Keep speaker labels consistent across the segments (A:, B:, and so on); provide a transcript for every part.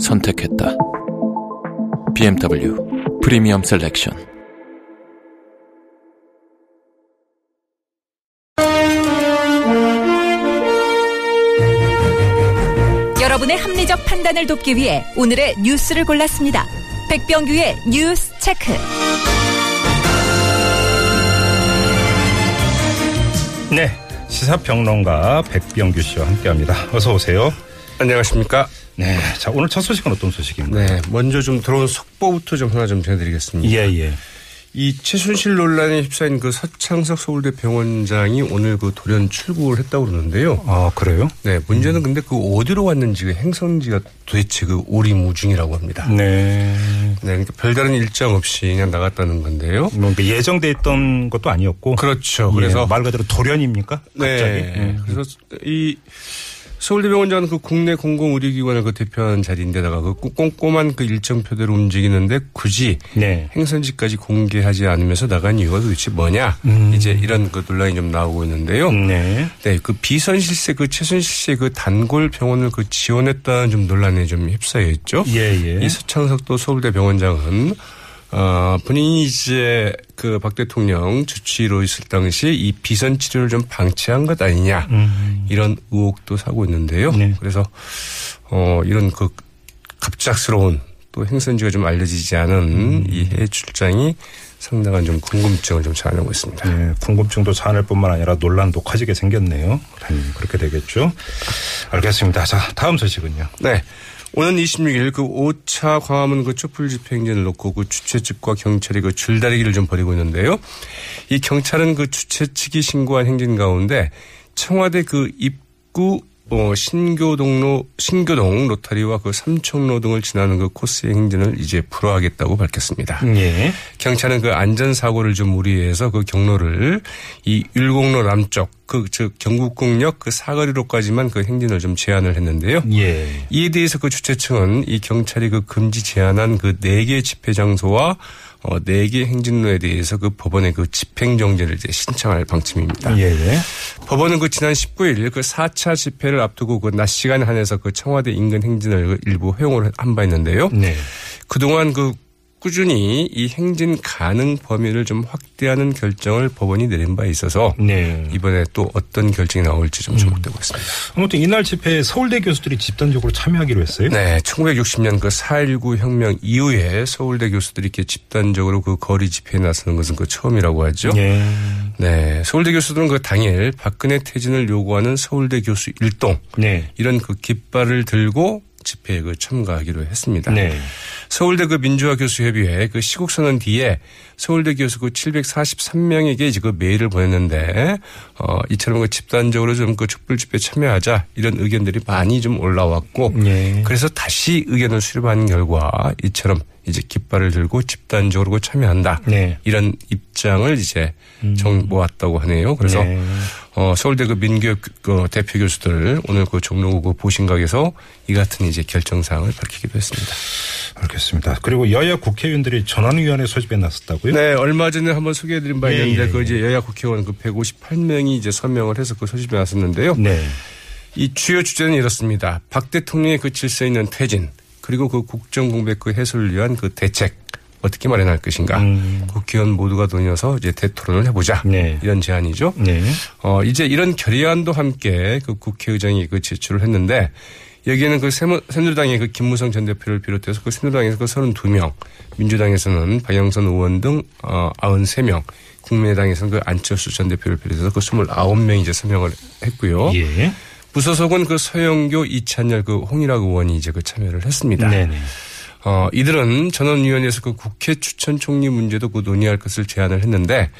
A: 선택했다. BMW 프리미엄 셀렉션.
B: 여러분의 합리적 판단을 돕기 위해 오늘의 뉴스를 골랐습니다. 백병규의 뉴스 체크.
C: 네, 시사평론가 백병규 씨와 함께합니다. 어서 오세요.
D: 안녕하십니까.
C: 네, 자 오늘 첫 소식은 어떤 소식입니까?
D: 네, 먼저 좀 들어온 속보부터 좀 하나 좀 전해드리겠습니다.
C: 예예.
D: 이 최순실 논란에 휩싸인 그 서창석 서울대 병원장이 오늘 그 돌연 출국을 했다고 그러는데요.
C: 아 그래요?
D: 네, 문제는 근데 그 어디로 왔는지 그 행선지가 도대체 그 오리무중이라고 합니다. 네,
C: 네.
D: 그러니까 별다른 일정 없이 그냥 나갔다는 건데요.
C: 뭐 이렇게 예정돼 있던 것도 아니었고.
D: 그렇죠.
C: 예,
D: 그래서
C: 말 그대로 돌연입니까? 갑자기.
D: 네.
C: 예.
D: 그래서 이 서울대병원장은 그 국내 공공의료기관을 그 대표하는 자리인데다가 그 꼼- 꼼꼼한 그 일정표대로 움직이는데 굳이
C: 네.
D: 행선지까지 공개하지 않으면서 나간 이유가 도대체 뭐냐?
C: 음.
D: 이제 이런 그 논란이 좀 나오고 있는데요.
C: 네.
D: 네, 그 비선실세 그 최순실 씨의 그 단골 병원을 그 지원했다는 좀 논란에 좀 휩싸여 있죠.
C: 예예.
D: 이 서창석도 서울대 병원장은 어, 본인이 이제 그 박 대통령 주치의로 있을 당시에 이 비선 치료를 좀 방치한 것 아니냐 이런 의혹도 사고 있는데요.
C: 음. 네.
D: 그래서 어, 이런 그 갑작스러운 또 행선지가 좀 알려지지 않은
C: 음.
D: 이 해외 출장이 상당한 좀 궁금증을 좀 자아내고 있습니다.
C: 네, 궁금증도 자아낼 뿐만 아니라 논란도 커지게 생겼네요. 당연히 그렇게 되겠죠. 알겠습니다. 자 다음 소식은요.
D: 네. 오는 26일 그 5차 광화문 그 촛불 집회 행진을 놓고 그 주최 측과 경찰이 그 줄다리기를 좀 벌이고 있는데요. 이 경찰은 그 주최 측이 신고한 행진 가운데 청와대 그 입구 어, 신교동로 신교동 로타리와 그 삼청로 등을 지나는 그 코스의 행진을 이제 불허하겠다고 밝혔습니다.
C: 예.
D: 경찰은 그 안전사고를 좀 우려해서 그 경로를 이 율곡로 남쪽 그 즉 경국궁역 그 사거리로까지만 그 행진을 좀 제한을 했는데요.
C: 예.
D: 이에 대해서 그 주최층은 이 경찰이 그 금지 제한한 그 네개의 집회 장소와 어, 4개 행진로에 대해서 그 법원의 그 집행정지를 이제 신청할 방침입니다.
C: 예예.
D: 법원은 그 지난 19일 그 4차 집회를 앞두고 그 낮 시간 한해서 그 청와대 인근 행진을 그 일부 허용을 한 바 있는데요.
C: 네.
D: 그동안 그 꾸준히 이 행진 가능 범위를 좀 확대하는 결정을 법원이 내린 바에 있어서
C: 네.
D: 이번에 또 어떤 결정이 나올지 좀 주목되고 있습니다.
C: 아무튼 이날 집회에 서울대 교수들이 집단적으로 참여하기로 했어요.
D: 네, 1960년 그 4.19 혁명 이후에 서울대 교수들이 이렇게 집단적으로 그 거리 집회에 나서는 것은 그 처음이라고 하죠.
C: 예.
D: 네, 서울대 교수들은 그 당일 박근혜 퇴진을 요구하는 서울대 교수 일동
C: 네.
D: 이런 그 깃발을 들고 집회에 그 참가하기로 했습니다.
C: 네.
D: 서울대 그 민주화 교수 협의회 그 시국 선언 뒤에 서울대 교수 그 743명에게 이제 그 메일을 보냈는데 어 이처럼 그 집단적으로 좀 그 촛불 집회 참여하자 이런 의견들이 많이 좀 올라왔고
C: 예.
D: 그래서 다시 의견을 수렴한 결과 이처럼 이제 깃발을 들고 집단적으로 그 참여한다
C: 네. 음.
D: 이런 입장을 이제 정 모았다고 하네요. 그래서
C: 네.
D: 어 서울대 그 민교육 그 대표 교수들 오늘 그 종로구 그 보신각에서 이 같은 이제 결정 사항을 밝히기도 했습니다.
C: 알겠습니다. 그리고 여야 국회의원들이 전환위원회 소집에 나섰다고요?
D: 네, 얼마 전에 한번 소개해드린 바
C: 예,
D: 있는데
C: 예,
D: 그
C: 예.
D: 이제 여야 국회의원 그 158명이 이제 서명을 해서 그 소집에 나섰는데요.
C: 네.
D: 이 주요 주제는 이렇습니다. 박 대통령의 그 질서 있는 퇴진 그리고 그 국정 공백 그 해소를 위한 그 대책 어떻게 마련할 것인가. 국회의원 모두가 논의해서 이제 대토론을 해보자
C: 음. 네.
D: 이런 제안이죠.
C: 네.
D: 어, 이제 이런 결의안도 함께 그 국회의장이 그 제출을 했는데 여기에는 그 새무- 새누리당의 그 김무성 전 대표를 비롯해서 그 새누리당에서 그 32명, 민주당에서는 박영선 의원 등 어, 93명, 국민의당에서는 그 안철수 전 대표를 비롯해서 그 29명이 이제 서명을 했고요.
C: 예.
D: 부소속은 그 서영교, 이찬열, 그 홍일학 의원이 이제 그 참여를 했습니다.
C: 네네.
D: 어, 이들은 전원위원회에서 그 국회 추천 총리 문제도 그 논의할 것을 제안을 했는데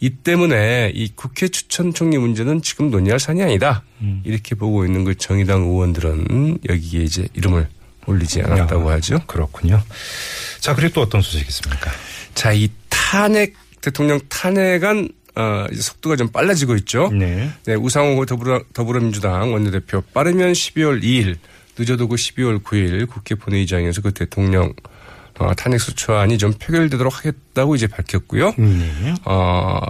D: 이 때문에 이 국회 추천 총리 문제는 지금 논의할 사안이 아니다. 이렇게 보고 있는 그 정의당 의원들은 여기에 이제 이름을 올리지 않았다고 하죠.
C: 그렇군요. 자, 그리고 또 어떤 소식이 있습니까?
D: 자, 이 탄핵 대통령 탄핵안 어, 이제 속도가 좀 빨라지고 있죠.
C: 네.
D: 우상호 더불어, 더불어민주당 원내대표 빠르면 12월 2일, 늦어도 그 12월 9일 국회 본회의장에서 그 대통령 어, 탄핵 소추안이 좀 표결되도록 하겠다고 이제 밝혔고요.
C: 네.
D: 어,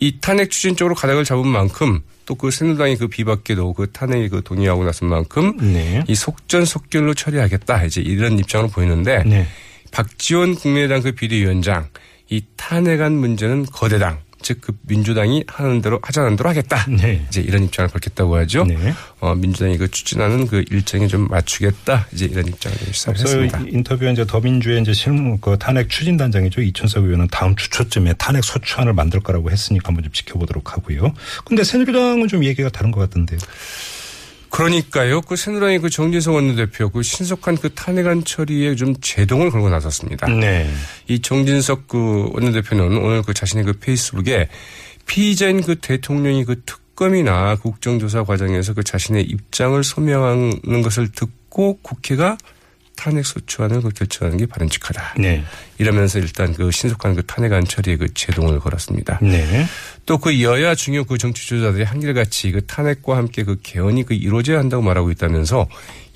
D: 이 탄핵 추진 쪽으로 가닥을 잡은 만큼 또 그 새누당이 그 비박계도 그 탄핵에 그 동의하고 나선 만큼
C: 네.
D: 이 속전속결로 처리하겠다 이제 이런 입장으로 보이는데
C: 네.
D: 박지원 국민의당 그 비대위원장 이 탄핵안 문제는 거대당 즉 그 민주당이 하는 대로 하자는 대로 하겠다
C: 네.
D: 이제 이런 입장을 밝혔다고 하죠.
C: 네.
D: 어, 민주당이 그 추진하는 그 일정에 좀 맞추겠다 이제 이런 입장을 좀
C: 앞서
D: 시사했습니다.
C: 인터뷰에 이제 더민주의 이제 실무 그 탄핵 추진단장이죠 이천석 의원은 다음 주 초쯤에 탄핵 소추안을 만들 거라고 했으니까 한번 좀 지켜보도록 하고요. 근데 새누리당은 좀 얘기가 다른 것 같던데요.
D: 그러니까요. 그 새누리당의 그 정진석 원내대표 그 신속한 그 탄핵안 처리에 좀 제동을 걸고 나섰습니다.
C: 네.
D: 이 정진석 그 원내대표는 오늘 그 자신의 그 페이스북에 피의자인 그 대통령이 그 특검이나 국정조사 과정에서 그 자신의 입장을 소명하는 것을 듣고 국회가 탄핵소추안을 그 결정하는 게 바람직하다.
C: 네.
D: 이러면서 일단 그 신속한 그 탄핵안 처리에 그 제동을 걸었습니다.
C: 네.
D: 또 그 여야 중요 그 정치 주자들이 한결같이 그 탄핵과 함께 그 개헌이 그 이루어져야 한다고 말하고 있다면서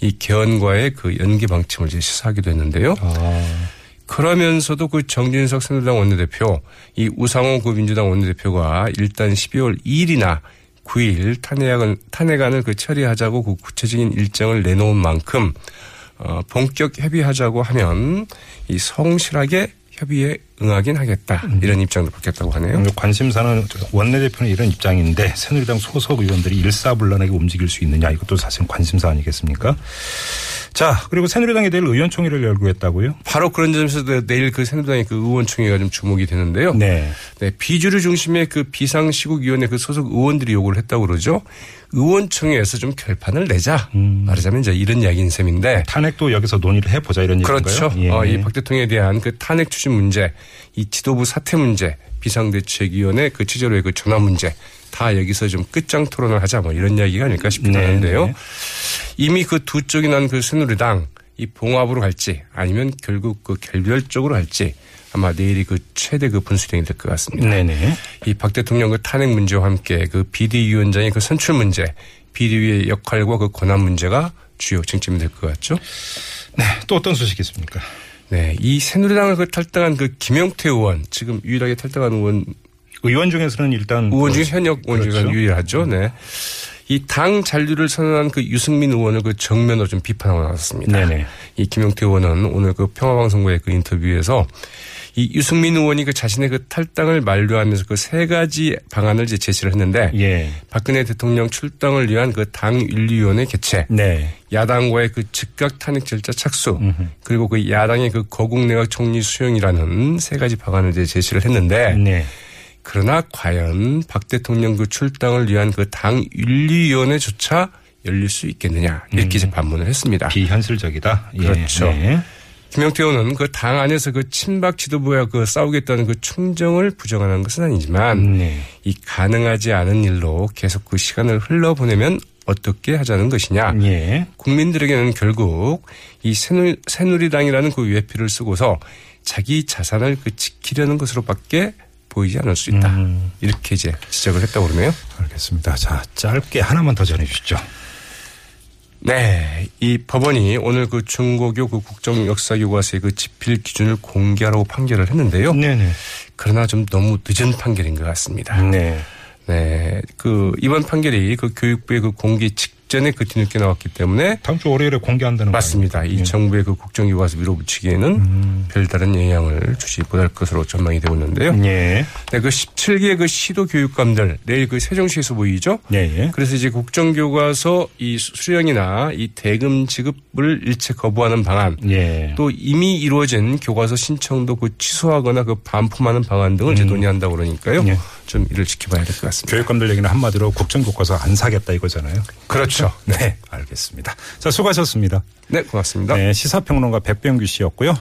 D: 이 개헌과의 그 연계 방침을 이제 시사하기도 했는데요.
C: 아,
D: 그러면서도 그 정진석 새누리당 원내대표, 이 우상호 그 민주당 원내대표가 일단 12월 2일이나 9일 탄핵안, 탄핵안을 그 처리하자고 그 구체적인 일정을 내놓은 만큼 어, 본격 협의하자고 하면 이 성실하게 협의에 응하긴 하겠다 이런 입장도 밝혔다고 하네요.
C: 관심사는 원내대표는 이런 입장인데 새누리당 소속 의원들이 일사불란하게 움직일 수 있느냐 이것도 사실 관심사 아니겠습니까? 자, 그리고 새누리당이 내일 의원총회를 열고 했다고요?
D: 바로 그런 점에서 내일 그 새누리당의 그 의원총회가 좀 주목이 되는데요.
C: 네.
D: 네, 비주류 중심의 그 비상시국위원회 그 소속 의원들이 요구를 했다고 그러죠. 의원총회에서 좀 결판을 내자. 말하자면 이제 이런 이야기인 셈인데.
C: 탄핵도 여기서 논의를 해보자 이런 얘기인가요?
D: 그렇죠.
C: 예.
D: 어, 이 박 대통령에 대한 그 탄핵 추진 문제, 이 지도부 사퇴 문제, 비상대책위원회 그 체제로의 그 전환 문제 다 여기서 좀 끝장 토론을 하자 뭐 이런 이야기가 아닐까 싶기도
C: 네,
D: 하는데요.
C: 네.
D: 이미 그 두 쪽이 난 그 새누리당 이 봉합으로 갈지 아니면 결국 그 결별적으로 할지 아마 내일이 그 최대 그 분수령이 될 것 같습니다.
C: 네네.
D: 이 박 대통령 그 탄핵 문제와 함께 그 비대위원장의 그 선출 문제, 비대위의 역할과 그 권한 문제가 주요 쟁점이 될 것 같죠.
C: 네. 또 어떤 소식이 있습니까?
D: 네, 이 새누리당을 그 탈당한 그 김영태 의원 지금 유일하게 탈당한 의원
C: 의원 중에서는 일단
D: 의원 중에
C: 그-
D: 현역 의원 중에
C: 그렇죠.
D: 유일하죠. 네, 이 당 잔류를 선언한 그 유승민 의원을 그 정면으로 좀 비판하고 나섰습니다.
C: 네네.
D: 이 김영태 의원은 오늘 그 평화방송국의 그 인터뷰에서 이 유승민 의원이 그 자신의 그 탈당을 만료하면서 그 세 가지 방안을 이제 제시를 했는데
C: 예.
D: 박근혜 대통령 출당을 위한 그 당 윤리위원회 개최,
C: 네.
D: 야당과의 그 즉각 탄핵 절차 착수, 그리고 그 야당의 그 거국 내각 총리 수용이라는 세 가지 방안을 이제 제시를 했는데
C: 네.
D: 그러나 과연 박 대통령 그 출당을 위한 그 당 윤리위원회조차 열릴 수 있겠느냐 이렇게 이제 반문을 했습니다.
C: 음. 비현실적이다. 예.
D: 그렇죠.
C: 네.
D: 김영태 의원은 그 당 안에서 그 친박 지도부와 그 싸우겠다는 그 충정을 부정하는 것은 아니지만
C: 네.
D: 이 가능하지 않은 일로 계속 그 시간을 흘러보내면 어떻게 하자는 것이냐.
C: 예.
D: 국민들에게는 결국 이 새누리, 새누리당이라는 그 외피를 쓰고서 자기 자산을 그 지키려는 것으로밖에 보이지 않을 수 있다. 이렇게 이제 지적을 했다고 그러네요.
C: 알겠습니다. 자, 짧게 하나만 더 전해 주시죠.
D: 어. 네. 이 법원이 오늘 그 중고교 그 국정역사교과서의 그 집필 기준을 공개하라고 판결을 했는데요.
C: 네네.
D: 그러나 좀 너무 늦은 판결인 것 같습니다.
C: 네.
D: 네. 그 이번 판결이 그 교육부의 그 공개 직전에 그 뒤늦게 나왔기 때문에
C: 다음 주 월요일에 공개한다는 거
D: 맞습니다. 이
C: 아닙니까?
D: 정부의 그 국정교과서 밀어붙이기에는 음. 별다른 영향을 주지 못할 것으로 전망이 되고 있는데요.
C: 예. 예.
D: 네, 그 17개 그 시도 교육감들 내일 그 세종시에서 모이죠.
C: 예, 예.
D: 그래서 이제 국정교과서 이 수령이나 이 대금 지급을 일체 거부하는 방안
C: 예.
D: 또 이미 이루어진 교과서 신청도 그 취소하거나 그 반품하는 방안 등을 이제 논의한다고 그러니까요.
C: 예.
D: 좀 이를 지켜봐야 될 것 같습니다.
C: 교육감들 얘기는 한마디로 국정교과서 안 사겠다 이거잖아요.
D: 그렇죠.
C: 네. 알겠습니다. 자, 수고하셨습니다.
D: 네, 고맙습니다.
C: 네. 시사평론가 백병규 씨였고요.